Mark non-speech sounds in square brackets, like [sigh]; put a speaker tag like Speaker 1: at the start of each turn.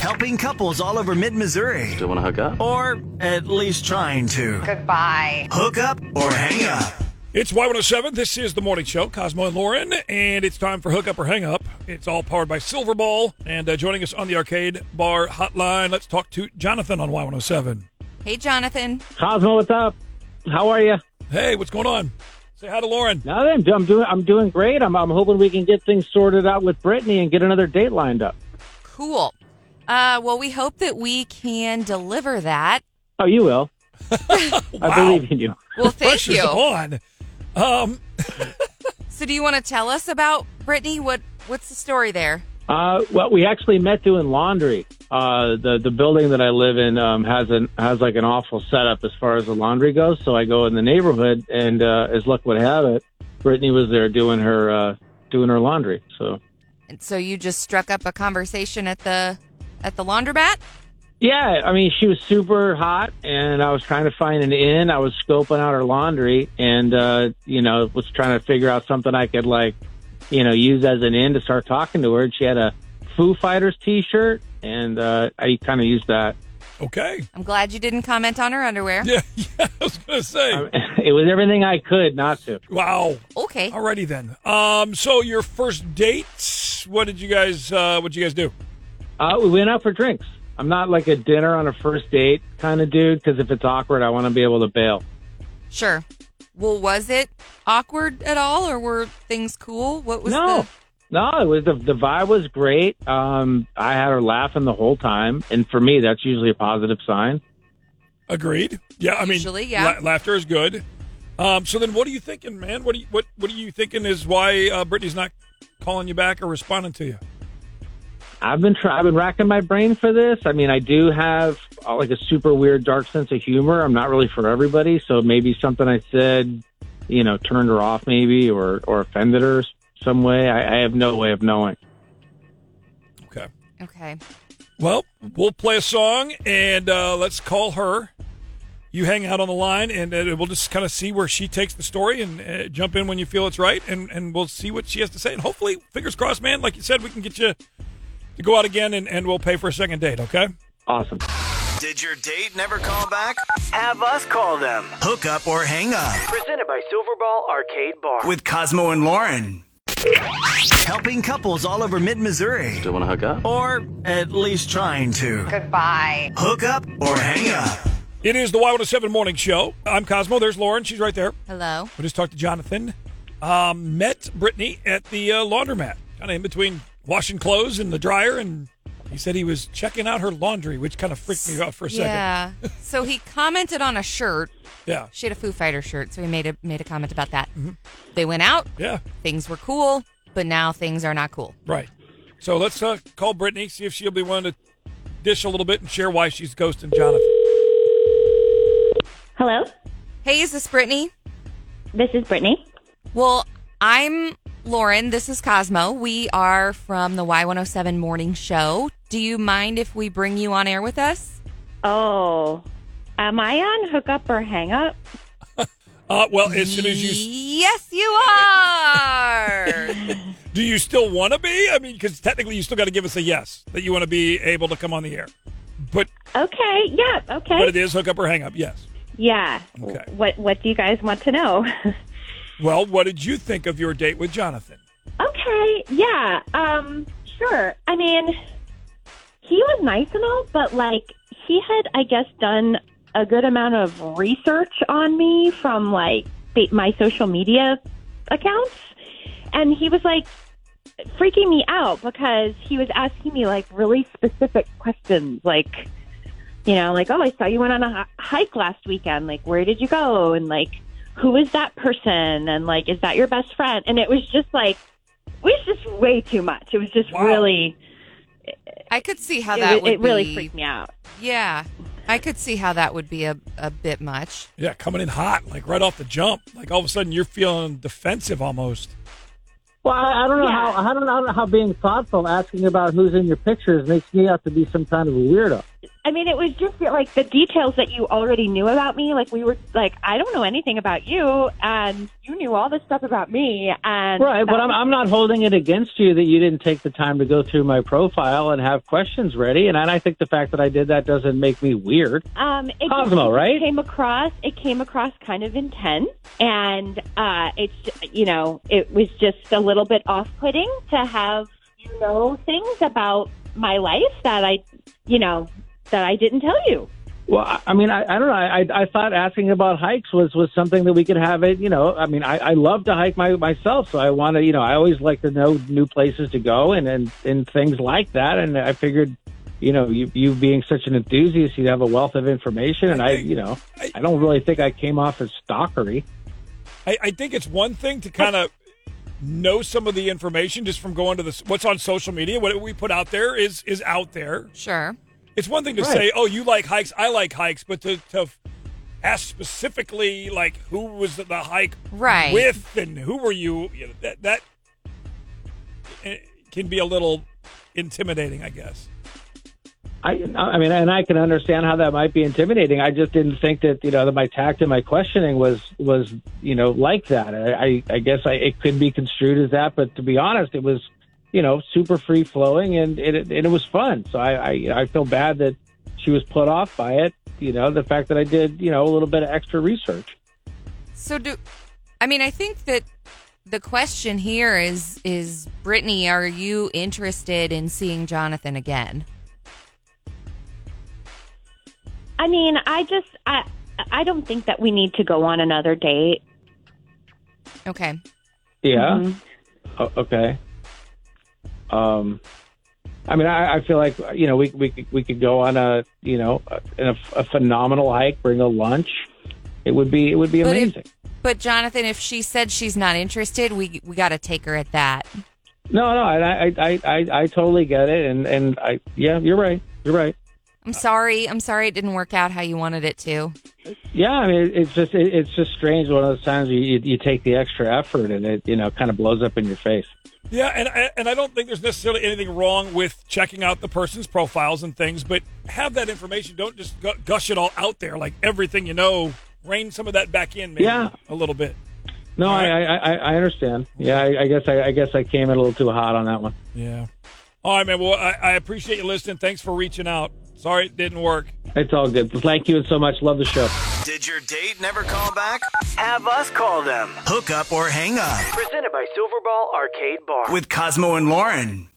Speaker 1: helping couples all over mid Missouri,
Speaker 2: Do you want to hook up?
Speaker 1: or at least trying to.
Speaker 3: Goodbye.
Speaker 1: Hook up or hang up.
Speaker 4: It's Y107. This is the morning show, Cosmo and Lauren, and it's time for Hook Up or Hang Up. It's all powered by Silver Ball, and uh, joining us on the arcade bar hotline, let's talk to Jonathan on Y107.
Speaker 3: Hey, Jonathan.
Speaker 5: Cosmo, what's up? How are you?
Speaker 4: Hey, what's going on? Say hi to Lauren.
Speaker 5: Nothing. I'm doing. I'm doing great. I'm, I'm hoping we can get things sorted out with Brittany and get another date lined up.
Speaker 3: Cool. Uh, well, we hope that we can deliver that.
Speaker 5: Oh, you will. I believe in you.
Speaker 4: [laughs]
Speaker 3: Well, thank
Speaker 4: Pressure's
Speaker 3: you.
Speaker 4: on. Um,
Speaker 3: So, do you want to tell us about Brittany? What What's the story there?
Speaker 5: Uh, well, we actually met doing laundry. Uh, the the building that I live in um, has an has like an awful setup as far as the laundry goes. So I go in the neighborhood, and uh, as luck would have it, Brittany was there doing her uh, doing her laundry. So
Speaker 3: And so, you just struck up a conversation at the at the laundromat.
Speaker 5: Yeah, I mean, she was super hot, and I was trying to find an inn. I was scoping out her laundry, and uh, you know, was trying to figure out something I could like, you know, use as an in to start talking to her. And she had a Foo Fighters T-shirt, and uh, I kind of used that. [laughs]
Speaker 4: okay. [laughs]
Speaker 3: I'm glad you didn't comment on her underwear.
Speaker 4: Yeah, yeah, I was going to say.
Speaker 5: it was everything I could not to.
Speaker 4: wow.
Speaker 3: Okay.
Speaker 4: Alrighty then. Um, so your first date, what did you guys, uh, what did you guys do?
Speaker 5: Uh, we went out for drinks. I'm not like a dinner on a first date kind of dude because if it's awkward, I want to be able to bail.
Speaker 3: Sure. Well, was it awkward at all, or were things cool? What was
Speaker 5: no, no. It was the the vibe was great. Um, I had her laughing the whole time, and for me, that's usually a positive sign.
Speaker 4: Agreed. Yeah, I mean,
Speaker 3: Usually, yeah.
Speaker 4: la- laughter is good. Um, so then, what are you thinking, man? What are you, what What are you thinking is why uh, Brittany's not calling you back or responding to you?
Speaker 5: I've been try- I've been racking my brain for this. I mean, I do have uh, like a super weird dark sense of humor. I'm not really for everybody, so maybe something I said, you know, turned her off, maybe, or or offended her some way. I, I have no way of knowing.
Speaker 4: Okay.
Speaker 3: the? Okay.
Speaker 4: Well, we'll play a song and uh, let's call her. You hang out on the line, and uh, we'll just kind of see where she takes the story, and uh, jump in when you feel it's right, and, and we'll see what she has to say. And hopefully, fingers crossed, man. Like you said, we can get you to go out again, and, and we'll pay for a second date. Okay.
Speaker 5: Awesome.
Speaker 1: Did your date never call back? Have us call them. Hook up or hang up.
Speaker 6: Presented by Silverball Arcade Bar.
Speaker 1: With Cosmo and Lauren. Helping couples all over mid Missouri,
Speaker 2: Do you want to hook up?
Speaker 1: or at least trying to.
Speaker 3: Goodbye.
Speaker 1: Hook up or hang up.
Speaker 4: It is the Y107 Morning Show. I'm Cosmo. There's Lauren. She's right there.
Speaker 3: Hello.
Speaker 4: We just talked to Jonathan. Um, met Brittany at the uh, laundromat, kind of in between washing clothes and the dryer, and he said he was checking out her laundry, which kind of freaked me out for a second.
Speaker 3: Yeah. so he commented on a shirt.
Speaker 4: Yeah,
Speaker 3: She had a Foo Fighter shirt, so he made a made a comment about that. They went out.
Speaker 4: yeah,
Speaker 3: Things were cool, but now things are not cool.
Speaker 4: right. So let's uh, call Brittany, see if she'll be willing to dish a little bit and share why she's ghosting Jonathan.
Speaker 7: Hello,
Speaker 3: Hey, is this Brittany?
Speaker 7: this is Brittany.
Speaker 3: Well, I'm Lauren. This is Cosmo. We are from the Y107 Morning Show. Do you mind if we bring you on air with us?
Speaker 7: Oh, am I on hookup or hang up?
Speaker 4: Uh, well, as soon as you
Speaker 3: Yes, you are.
Speaker 4: do, you still want to be? I mean, because technically, you still got to give us a yes that you want to be able to come on the air. But
Speaker 7: Okay, yeah,
Speaker 4: but
Speaker 7: okay,
Speaker 4: it is hook up or hang up. Yes.
Speaker 7: yeah.
Speaker 4: Okay.
Speaker 7: What What do you guys want to know? [laughs]
Speaker 4: Well, what did you think of your date with Jonathan?
Speaker 7: okay, yeah, um, sure. I mean, he was nice and all, but like he had, I guess, done a good amount of research on me from like the, my social media accounts, and he was like freaking me out because he was asking me like really specific questions like you know like oh i saw you went on a hi- hike last weekend like where did you go and like who is that person and like is that your best friend and it was just like it was just way too much it was just
Speaker 4: Wow.
Speaker 7: really
Speaker 3: I could see how
Speaker 7: it,
Speaker 3: that
Speaker 7: wa-
Speaker 3: would
Speaker 7: it really
Speaker 3: be.
Speaker 7: freaked me out
Speaker 3: Yeah, I could see how that would be a, a bit much.
Speaker 4: Yeah, coming in hot, like right off the jump. Like all of a sudden you're feeling defensive almost.
Speaker 5: Well, I, I don't know how
Speaker 7: Yeah.
Speaker 5: I don't, I don't know how being thoughtful, asking about who's in your pictures, makes me out to be some kind of a weirdo.
Speaker 7: I mean, it was just like the details that you already knew about me. Like we were like, I don't know anything about you, and you knew all this stuff about me. And
Speaker 5: Right, but
Speaker 7: that
Speaker 5: I'm,
Speaker 7: was-
Speaker 5: I'm not holding it against you that you didn't take the time to go through my profile and have questions ready. And I, and I think the fact that I did that doesn't make me weird.
Speaker 7: Um, it
Speaker 5: Cosmo,
Speaker 7: just
Speaker 5: right?
Speaker 7: Came across. It came across kind of intense, and uh, it's you know it was just a little bit off-putting to have you know things about my life that I you know that I didn't tell you.
Speaker 5: Well, I- I mean, I, I don't know. I, I thought asking about hikes was, was something that we could have it, you know, I mean, I, I love to hike my, myself. So I want to, you know, I always like to know new places to go and, and, and things like that. And I figured, you know, you, you being such an enthusiast, you have a wealth of information. And I, you know, I don't really think I came off as stalkery.
Speaker 4: I, I think it's one thing to kind of know some of the information just from going to this what's on social media what we put out there is is out there
Speaker 3: Sure.
Speaker 4: it's one thing to
Speaker 5: Right.
Speaker 4: say oh you like hikes i like hikes but to, to f- ask specifically like who was the hike
Speaker 3: Right.
Speaker 4: with and who were you, you know, that that eh, can be a little intimidating i guess
Speaker 5: I, I mean, and I can understand how that might be intimidating. I just didn't think that you know that my tact and my questioning was was you know like that. I, I, I guess I, it could be construed as that, but to be honest, it was you know super free flowing and it and it was fun. So I, I I feel bad that she was put off by it. You know, the fact that I did you know a little bit of extra research.
Speaker 3: So do I mean I think that the question here is is Brittany, are you interested in seeing Jonathan again?
Speaker 7: I mean, I just I I don't think that we need to go on another date.
Speaker 3: Okay.
Speaker 5: Yeah.
Speaker 3: Mm-hmm.
Speaker 5: O- okay. Um, I mean, I, I feel like you know we we could- we could go on a you know a, a, a phenomenal hike, bring a lunch. It would be it would be
Speaker 3: But if-
Speaker 5: amazing.
Speaker 3: But Jonathan, if she said she's not interested, we we got to take her at that.
Speaker 5: No, no, and I I, I I I totally get it, and and I yeah, you're right, you're right.
Speaker 3: I'm sorry. I'm sorry it didn't work out how you wanted it to.
Speaker 5: Yeah, I mean, it's just it, it's just strange. One of those times you, you you take the extra effort, and it you know kind of blows up in your face.
Speaker 4: Yeah, and I- and I don't think there's necessarily anything wrong with checking out the person's profiles and things, but have that information. Don't just gu- gush it all out there like everything you know. Rein some of that back in, maybe
Speaker 5: Yeah.
Speaker 4: a little bit.
Speaker 5: No, I,
Speaker 4: All
Speaker 5: I, I I understand. Yeah, I, I guess I, I guess I came in a little too hot on that one.
Speaker 4: Yeah. All right, man. Well, I, I appreciate you listening. Thanks for reaching out. Sorry it didn't work.
Speaker 5: It's all good. Thank you so much. Love the show.
Speaker 1: Did your date never call back?
Speaker 6: Have us call them.
Speaker 1: Hook up or hang up
Speaker 6: Presented by Silverball Arcade Bar.
Speaker 1: with Cosmo and Lauren.